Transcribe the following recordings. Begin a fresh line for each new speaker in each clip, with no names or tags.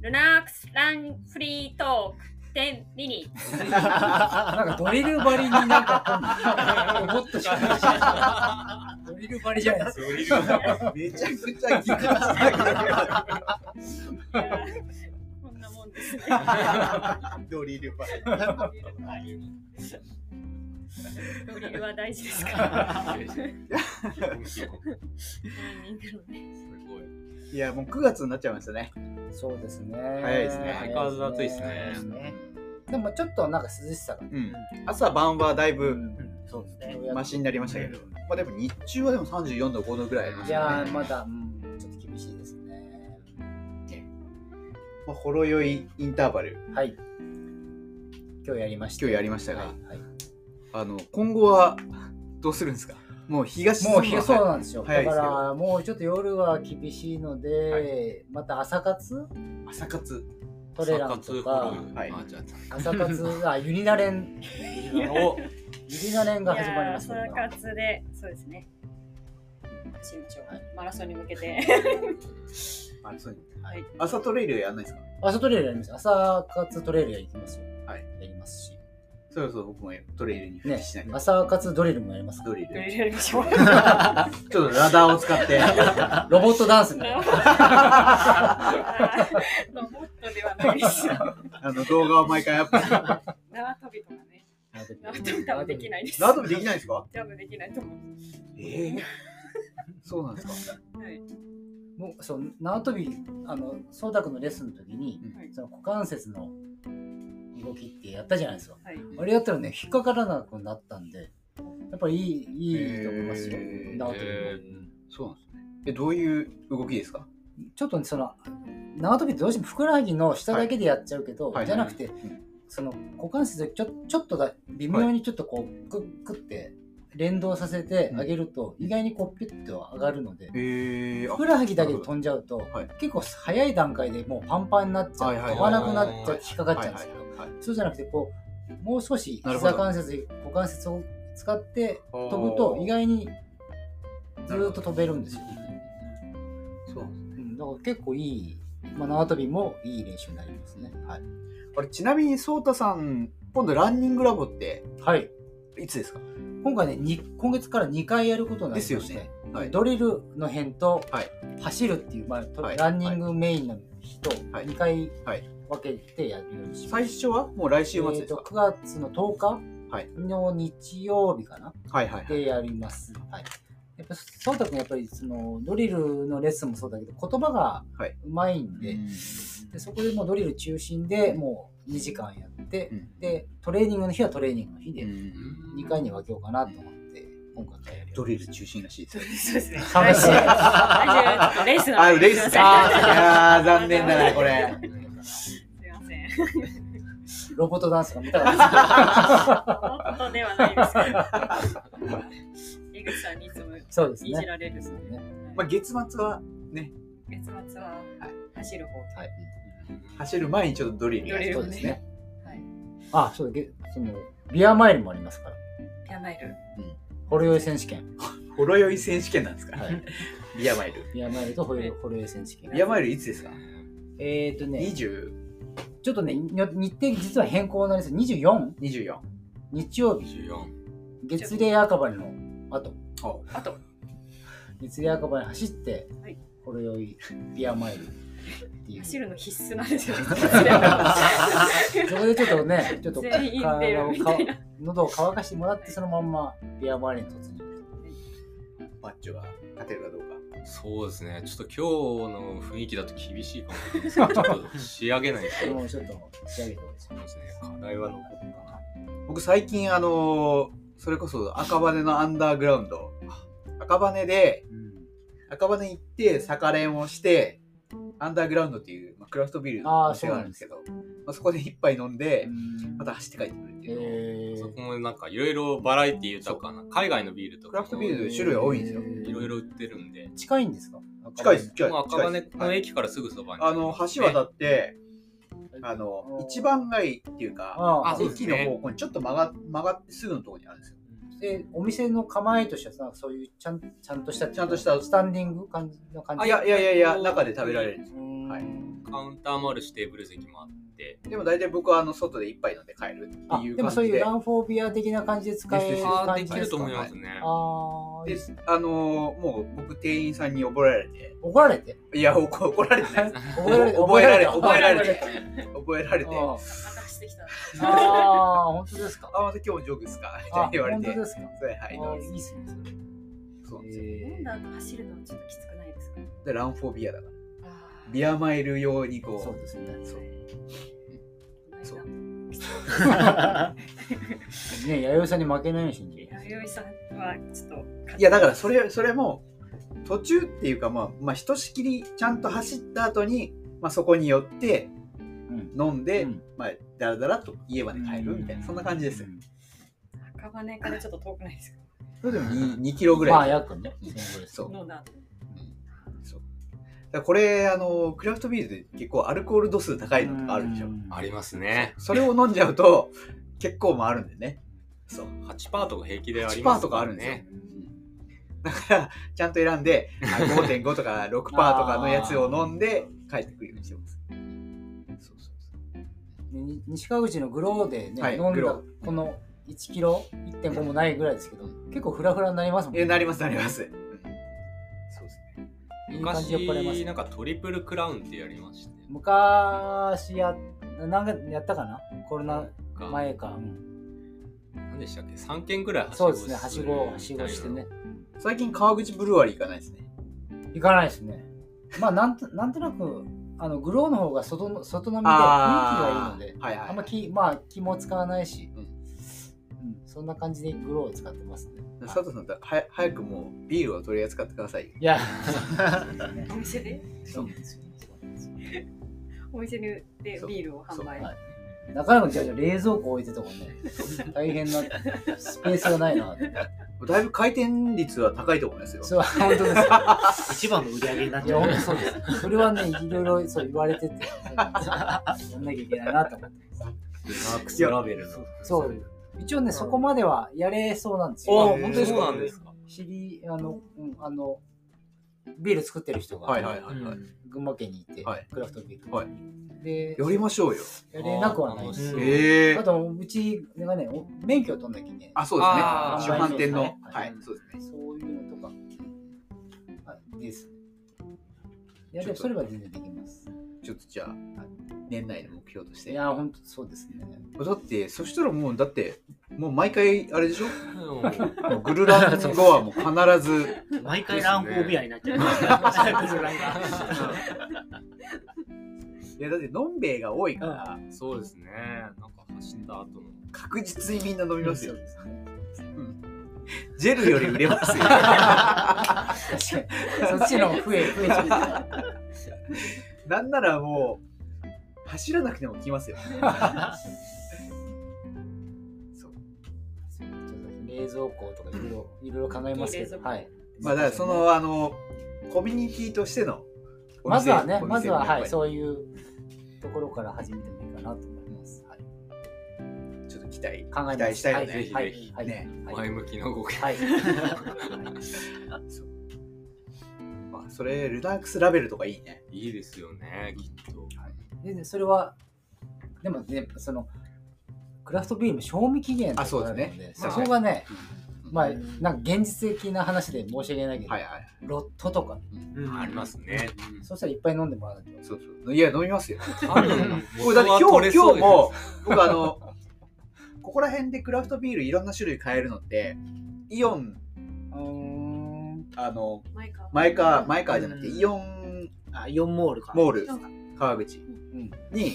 ルナックスランフリートーク10ミニ
なんかドリル張りになんか、もっとしかない。ドリル張りじゃないですか。
めちゃくちゃギクッ
こんなもんですね。
ドリルバイ
ドリルは大事ですから。タイミングのね
いやもう9月になっちゃいましたね
そうですね。
早いですね
相変わらず暑いですね
でもちょっとなんか涼しさが。
うん朝晩はだいうぶ
んそうですね。
マシになりましたけど、まあでも日中はでも34度5度ぐらいありま
い
した
や
ね
ー、まだ、うん、ちょっと厳しいですね。
まあ、ほろ酔いインターバル
はい。今日やりました。
今日やりましたが
はいはい
あの今後はどうするんですかもう東
もう日そうなんですよ。
早
だ
いで
か
すよ
らもうちょっと夜は厳しいの
は
で、また朝活
朝活
トレランとか
はい
朝活がユニナレン
お
ユニナレンが始まりまし
い
た。
やー
これ
朝
は
活で、そうですね。走りましょう
はい。
マラソンに向け て。
あそう
はい
朝トレイルやんないですか
朝トレイルやります。朝活トレイルやりますよ。
はい
やりますし。
そろそろ僕もトレイルに復
ね
帰しない、と、
朝活ドリルもやります。
ドリ
ドリ
ル
ルやりましょう。
ちょっとラダーを使って
ロボットダンスみたいな。
ロボットではないですよ。
あの動画を毎回アップする
縄跳びとかね。縄
縄
跳び多分できないです。
ラダーできないんですか
多分できないと思う。
ええそうなんですか
はい。
もうそう縄跳びあの颯太君のレッスンの時に、
うん
その股関節の動きってやったじゃないですか、
はい
あれやったらね引っかからなくなったんでやっぱりいいいいと思いますよ、
へー
縄跳びも、
え
そうなんですねえどういう動きですか
ちょっとねその縄跳びってどうしてもふくらはぎの下だけでやっちゃうけど、
はいはい
じゃなくて、
ん
その股関節をちょちょっとだ微妙にちょっとこうクックって連動させてあげると、意外にこうピュッと上がるので、
ええ
ふくらはぎだけで飛んじゃうと、
はい
結構早い段階でもうパンパンになっちゃう、
はいはいはい
飛ばなくなっちゃう引っかかっちゃうんですけど、
はい
そうじゃなくてこうもう少し
なるほど
膝関節股関節を使って
飛
飛ぶと意外にずーっと飛べるんですよ、
そうなんですね
うん、だから結構いい、まあ、縄跳びもいい練習になりますねはい、
あれちなみにソータさん今度ランニングラボって
はい、
いつですか
今回ねに今月から2回やることになりま
ですよ
して、
ねはい
ドリルの辺と、
はい
走るっていう、まあと
はい
ランニングメインの日と
はい
2回
はい
分けてやるようにします、
最初はもう来週末
え
で
ー
す
と
か、
9月の10日
はい
の日曜日かな、
はいはいはい
でやります。はい、やっぱそうたくんやっぱりそのドリルのレッスンもそうだけど言葉が
はいう
まいんで,、
うん
でそこでもうドリル中心でもう2時間やって、
うん
でトレーニングの日はトレーニングの日で
うん
2回に分けようかなと思って今回やる
ドリル中心らしい
そ
です
う
よ
ですね。
寂し
来週
い
ちょっとレースの
あ
話
レース
すいませ
かい
ん
やー残念だなこれ
すいません。
ロボットダンスが見たかったで
ロボットではないですけど。江口さんにいつも
すそうです
いじ
ね。
られるそうで。
ね
まあ、月末は
月末は走る方と。
はい、
走る前にちょっとドリルやる
ドリ
そう
ル
です
ね
ね。
はい。
あそうだげそのビアマイルもありますから
ピアマイル。
ホロ酔い選手権、
ほろ酔い選手権なんですか、
はい、
ビアマイル
ビアマイルとホロ酔いホロ酔い選手権
ビアマイルいつですか
えっ、ー、とね
?2024
ちょっとね、に日程実は変更になりそう。24日曜日、月齢赤羽の後、
あと、
月齢赤羽に走って、
はい
ほろ酔いビアマイルっていう。
走
そ
るの必須なんですよ。
こでちょっとね、ちょっと
全員出るみたいな
か喉を乾かしてもらって、そのまんまビアマイルに突入。
マッチョが勝てるかどうか
そうですね。ちょっと今日の雰囲気だと厳しいかもしれないですけど、ちょっと仕上げないと。
もうちょっと仕上げてほしい。
そうですね。課題は残ったな。
僕最近あのーそれこそ赤羽のアンダーグラウンド赤羽で赤羽に行って逆練をしてアンダーグラウンドっていう、まあ、クラフトビールのお店があるんですけどそまあ、そこで一杯飲んでまた走って帰ってくるって
え
いうのを、
そ
ー、
こもなんかいろいろバラエティ豊かな海外のビールと
ク
か
ラ
も
フトビール種類が多いんですよ
いろいろ売ってるんで、
近いんですか
近いです。近い
もう赤
近いで
羽
す
の駅からすぐそばに。
あの橋渡って、あ
う
の
ん
一番街っていうか、
あ
あそうです
駅の
ね
方向にちょっと曲が曲がってすぐのところにあるんですよ。
でお店の構えとしてはさそういうちゃんちゃんとした
ちゃんとした
スタンディング感じの感じ
あいやいやいやいや、中で食べられるんです
う
よ。
ーん
はい
カウンターもあるし、テーブル席もあって、
でも大体僕はあの外で一杯飲んで帰る
あ
っていう
でも
感
そ
じ
ういう
で
ランフォービア的な感じで使え
です
る
あ
感
ーで
じ
き
で
る
す
と
か
思いますね。
あー
であのーもう僕店員さんに怒られて
怒られて
いや怒怒られてな い
覚えられて
覚えられて
覚
覚
えら
えら
れ
れ
て
て覚えられて
あ
また走ってきた。
ーあー本当 ですか
あ、また今日ジョグですかみたい
あ
な言われ
本
て。
当
は
で
い、
すか
はい
あーいいっすねそれ
そうなんですよ。
飲
え
んだ後走るのちょっときつくないですか
で、ランフォービアだから。
あー
ビアマイル用に
ーそう
こ
ですね
う。そう。そう
ね弥生さんに負けないようにしんで
弥生さんはちょっと
いや、だからそれ、それも、途中っていうか、まあ、まあ、ひとしきりちゃんと走った後に、まあ、そこに寄って、
ん
飲んで、
うん
まあ、だらだらと家まで帰るみたいな、そんな感じですよ。
赤羽からちょっと遠くないですか
それでも 2, 2キロぐ
まあ
らい。
約ね
そう。だか
飲んだ後
らこれ、あの、クラフトビールで結構アルコール度数高いのとかあるでしょ。
ありますね。
それを飲んじゃうと、結構回るんでね。そう。
8パーとか平気であります
8%とかあるんですよ
ね。
だから、ちゃんと選んで、あ5.5とか6%とかのやつを飲んで、帰ってくるようにしてます。そうそう
に西川口のグローでね、
はい
飲ん
グ
だ
ロ
この1キロ1.5もないぐらいですけど結構フラフラになりますもん
え、
ね
なります、なります。うんそうですね。
いい感じで酔っ払います
昔、なんかトリプルクラウンってやりましたね。
昔やなんかやったかなコロナ
が
前か、うん
何でしたっけ ?3 件ぐらいはし
そ
ご
うですねはしごをはしごして ね。
最近、川口ブルワリー行かないですね。
行かないですねまあなんとなんとなくあのグローの方が外の外飲みで雰囲気がいい
あ
の
ー
で
はいはい。
あんま気,、まあ、気も使わないし、
う
うんんそんな感じでグローを使ってますね。
佐藤さんとはや早くもうビールを取り扱ってくださいよ。
いや、
お店で
そうなんですよ。そうなんですよ
お店でビールを販売
そう中山ちゃんじゃ冷蔵庫置いてたもんね。大変なスペースがないなって。
だいぶ回転率は高いと思いますよ。
そう、本当ですよ。
一番の売り上げになっ
い
ちゃ
や、
う
本。当 そうです。それはね、いろいろそう言われてて、そうなんですよやんなきゃいけないなと思って。
ダークスラベルの。
そう。一応ね、そこまではやれそうなんです
あ
よ。
ー
本当ですかそうなんですか。
知り、あの、うん、あの、ビール作ってる人が、
はいはいは
う
い、はい
ん
群馬県にいて、
はい
クラフトビール。
はい
で、
寄りましょうよ。
やれなくはない
あー楽
で
し
す
そ。う
ええ
あと、うちがね、お免許を取んなきゃね、
あ、そうですね。
あ
ー
主販店の。
はい
はい、そうですね。
そういうのとか、はい、です。いや、
ち
で
ょっ
も
と
それは全然できます。
ちょっとじゃあ、年内の目標とし
い
て。
や、本当そうです ね。
だってそしたらもうだってもう毎回あれで しょ
うん
もうグルラン後はもう必ず
毎回乱暴ビアになっちゃう。 はい
やだってのんべえが多いから
そうですね。なんか走った後の。
確実にみんな飲みますよ
そう、ですね。
ジェルより売 れますよ
確かに。そっちの方が増え、増えちゃう。
なんならもう走らなくても来ますよそう
そうちょっと冷蔵庫とかいろいろ、いろいろ考えますけ
冷蔵
ど、
庫
はい。
まあだからそのあのコミュニティとしてのお店
まずはね
お、店
まずは、は
や
い、
っぱ
そういうところから始めてもいいかなと思います。はい、
りちょっと期待
考え
期
ま
待
す。
したいよね、
はい、
は
はいい、はい、
ね
はい
前向きな動き。
はい。
まあ、それルダークスラベルとかいいね
いいですよね、きっと。
でね、それは、でもね、その、クラフトビールの賞味期限とか
あそうですね
あるので
ま
そ
あ
こがね、
うん
まあ
は、
なんか現実的な話で申し訳ないけど、
いはい
ロットとかね、
ありますね。
そしたらいっぱい飲んでもらわないと。
そうそういや飲みますよ
多分
これだって今
元は
日
取
今
れそう
日
です
も僕あ のここら辺でクラフトビールいろんな種類買えるのってイオン
うーん。
あの
前か
前川前川じゃなくて
うん
イオン
あ、イオンモールか。
モ
イ
ール
オンか
川口
うん。
に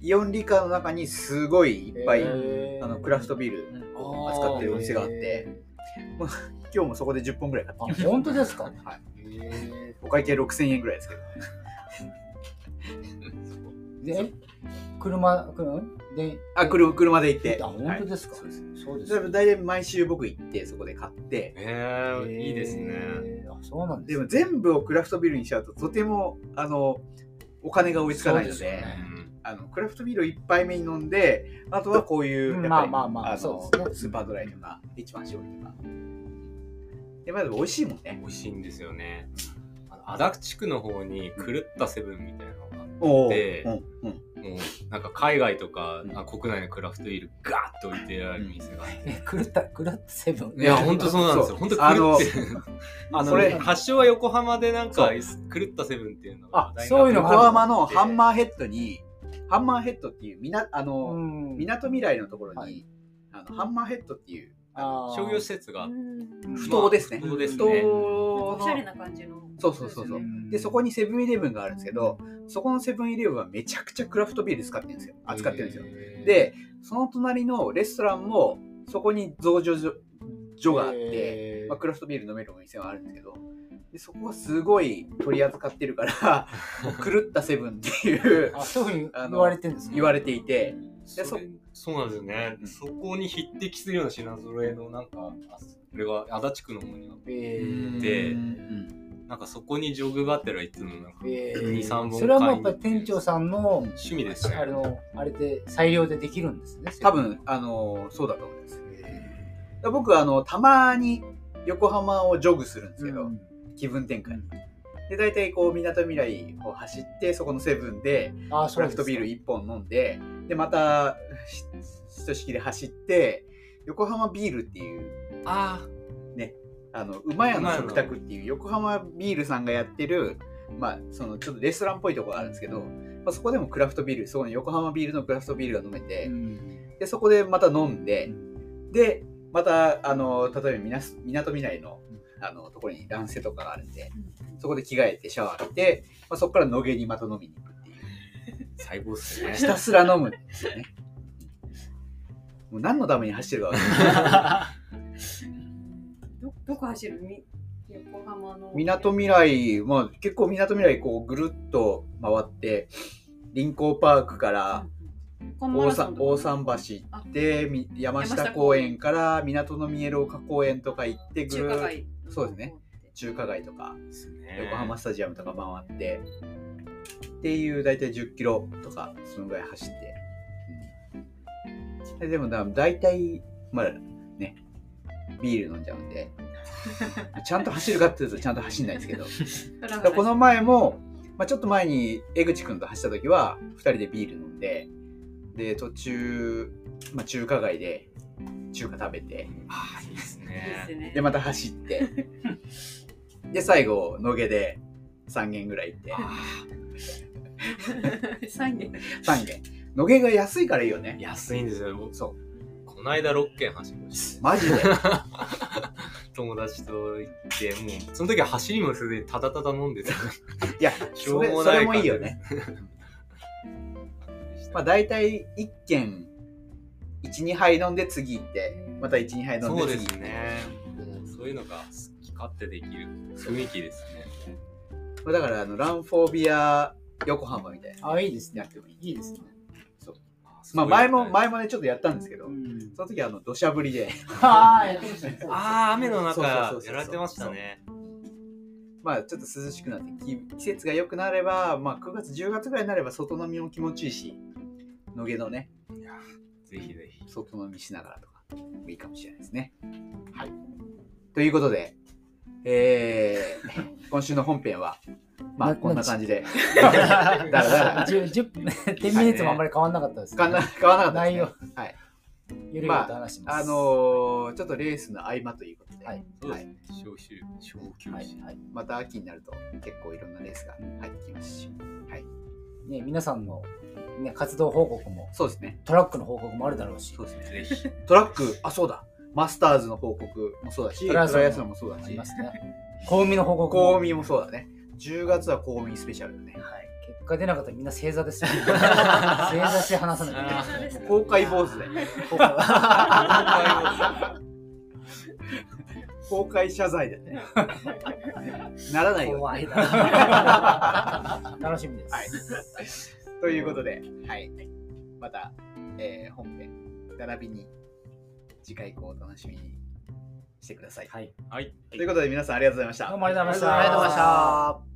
イオンリカの中にすごいいっぱい、
えー
あのクラフトビール
うん
を扱ってるお店があって今日もそこで10本ぐらい買っ
あ、本当ですか
た、はい、
え
お会計6000円ぐらいですけど
で、車、車で、
あ車車で行って
あ、本当ですか、
はいそうです
そうです
だいぶ
ね。
大体毎週僕行ってそこで買って
えー、いいですね。
えー。あ、そうなんで
ですも
ね
全部をクラフトビールにしちゃうととてもあのお金が追いつかないので
そうですよね
うん
あのクラフトビールを1杯目に飲んであとはこういうう、
ん
やっぱり
まあまあまあ
の
そうですね
スーパードライとか一番搾りとかでまあでも美味しいもんね
美味しいんですよね。あの足立区の方に狂ったセブンみたいなのが
おー
で
うんうん
もうなんか海外とか、
うん
あ国内のクラフトビールガーッと置いてある店があって、
え狂った狂ったセブン
いやほんとそうなんです
そ
よ
う
ほ
ん
と狂ってるあの
それ
発祥は横浜でなんか
そう
狂ったセブンっていうのが
あ
大学
そういうのが
横
ある
浜のハンマーヘッドに、ハンマーヘッドっていう、みな、あの、
ん
みなとみらいのところに、
はい
あのハンマーヘッドっていう、
あー
商業施設が
うん
不当ですね。
不当ですね
不
おしゃ
当
れ
の。
な感じの。
そうそうそうそうう。
ん
で、そこにセブンイレブンがあるんですけど、そこのセブンイレブンはめちゃくちゃクラフトビール使ってるんですよ。扱ってるんですよ。
へー
で、その隣のレストランも、そこに増上所所があって、
えー
まあ、クラフトビール飲めるお店はあるんですけどでそこはすごい取り扱ってる から狂ったセブンっていう
あそういうふうに
あの
言われてるんですね
言われていて
そ
で
れそうなんですよね、
うん
そこに匹敵するような品揃えのなんかあそれは足立区の方には
え
ん
ー
で
うん
なんかそこにジョグがあったらいつもなんか
え
二三本
ー、それはもうやっぱり店長さんの
趣味ですね
あのあれで裁量でできるんですね
多分あのそうだと思いますで僕あのたまに横浜をジョグするんですけど、
うん
気分転換で大体こうみなとみらいを走ってそこのセブンで
あー
ク
そう
ラ
で
フ
す
トビール1本飲んででまたひひとしきり走って横浜ビールっていう
あ
あの馬屋の食卓っていう横浜ビールさんがやってる、まあ、そのちょっとレストランっぽいところがあるんですけど、まあ、そこでもクラフトビールそこの横浜ビールのクラフトビールが飲めて、
うん
でそこでまた飲んで、でまたあの例えばみなみなとみらいのあのところに男性とかがあるんでそこで着替えてシャワー浴びて、まあ、そこから野毛にまた飲みに行くっていう
最高っすね
ひたすら飲むんです よね。もう何のために走ってるか分かんない
どどこ走るみ横浜の。
みなとみらい、まあ、結構みなとみらいこうぐるっと回って臨港パークから
横浜マ
大
ラソ
さ
ンとか
大桟橋行ってみ山下公園から港の見える丘公園とか行ってぐ
中
るっ
華
と
街。
そうですね。中華街とか
ですね
横浜スタジアムとか回ってっていう大体10キロとかそのぐらい走って、うんででもだ大体まあねビール飲んじゃうん でちゃんと走るかっていうとちゃんと走んないですけど
ふらふ
で
ら
この前も、まあ、ちょっと前に江口くんと走った時は2人でビール飲んでで途中、まあ、中華街で中華食べて
あーいいです
です
ね
ね
でまた走って で最後野毛で3軒ぐらい行って
三軒。
3軒野毛が安いからいいよね
安いんですよ僕
そ
この間6軒走りまし
うマ ジで
た友達と行ってもうその時は走りもせずにただただ飲んでた
いや
しょ
そうれ
も
そ
な
れ
い
も
感
い
じ
いよね、まあ、
だ
大体1軒12杯飲んで次行ってまた12杯飲ん
そう
で次
で
行っ
す
て、
ねもうそういうのが好き勝手できる雰囲気ですね
まあだからあのランフォービア横浜みたいな
あいいです
や
ね
ってもいい
いいですね
まあ前も
あ
前もねちょっとやったんですけど、
う ん
その時はあの土砂降りで
ああやってましたね
あー雨の中
そうそうそうそう
やられてましたね
まあちょっと涼しくなってき季節が良くなればまあ9月10月ぐらいになれば外飲みも気持ちいいし野毛のね
ぜひぜひ
外飲みしながらとかいいかもしれないですねはいということでえー、 今週の本編はまあ
な
こんな感じで
だ
だらだら
10 10分10ミニッツもあんまり変わんなかったですね
変わんな 変わらなかった
内容
ですねはい
ゆるゆると話します
あのーちょっとレースの合間ということで、
はい
そうですね小休小休
はい
止
はい
また秋になると結構いろんなレースが入ってきますし
ね皆さんのね活動報告も
そうですね
トラックの報告もあるだろうし
そうですね
ぜひ
トラック、あ、そうだ。マスターズの報告もそうだし、
ト
ト
ラ
ラ
イアスロン
イアスロンもそうだ
あ
し、
りますね小海の報告
公
も
民もそうだね。10月は公民スペシャルだね。
はい結果出なかったらみんな正座です よ正座して話さないといけない ですね
公開坊主だよね。
報告
公開謝罪だよ ね。ならないよう
怖
に
い
ね。
な。
楽しみです、
はいということで、はい。また、えー本編、並びに、次回以降お楽しみにしてください。
はい、
はい
ということで、皆さんありがとうございました。
どうもありがとうございました
ありがとうございました。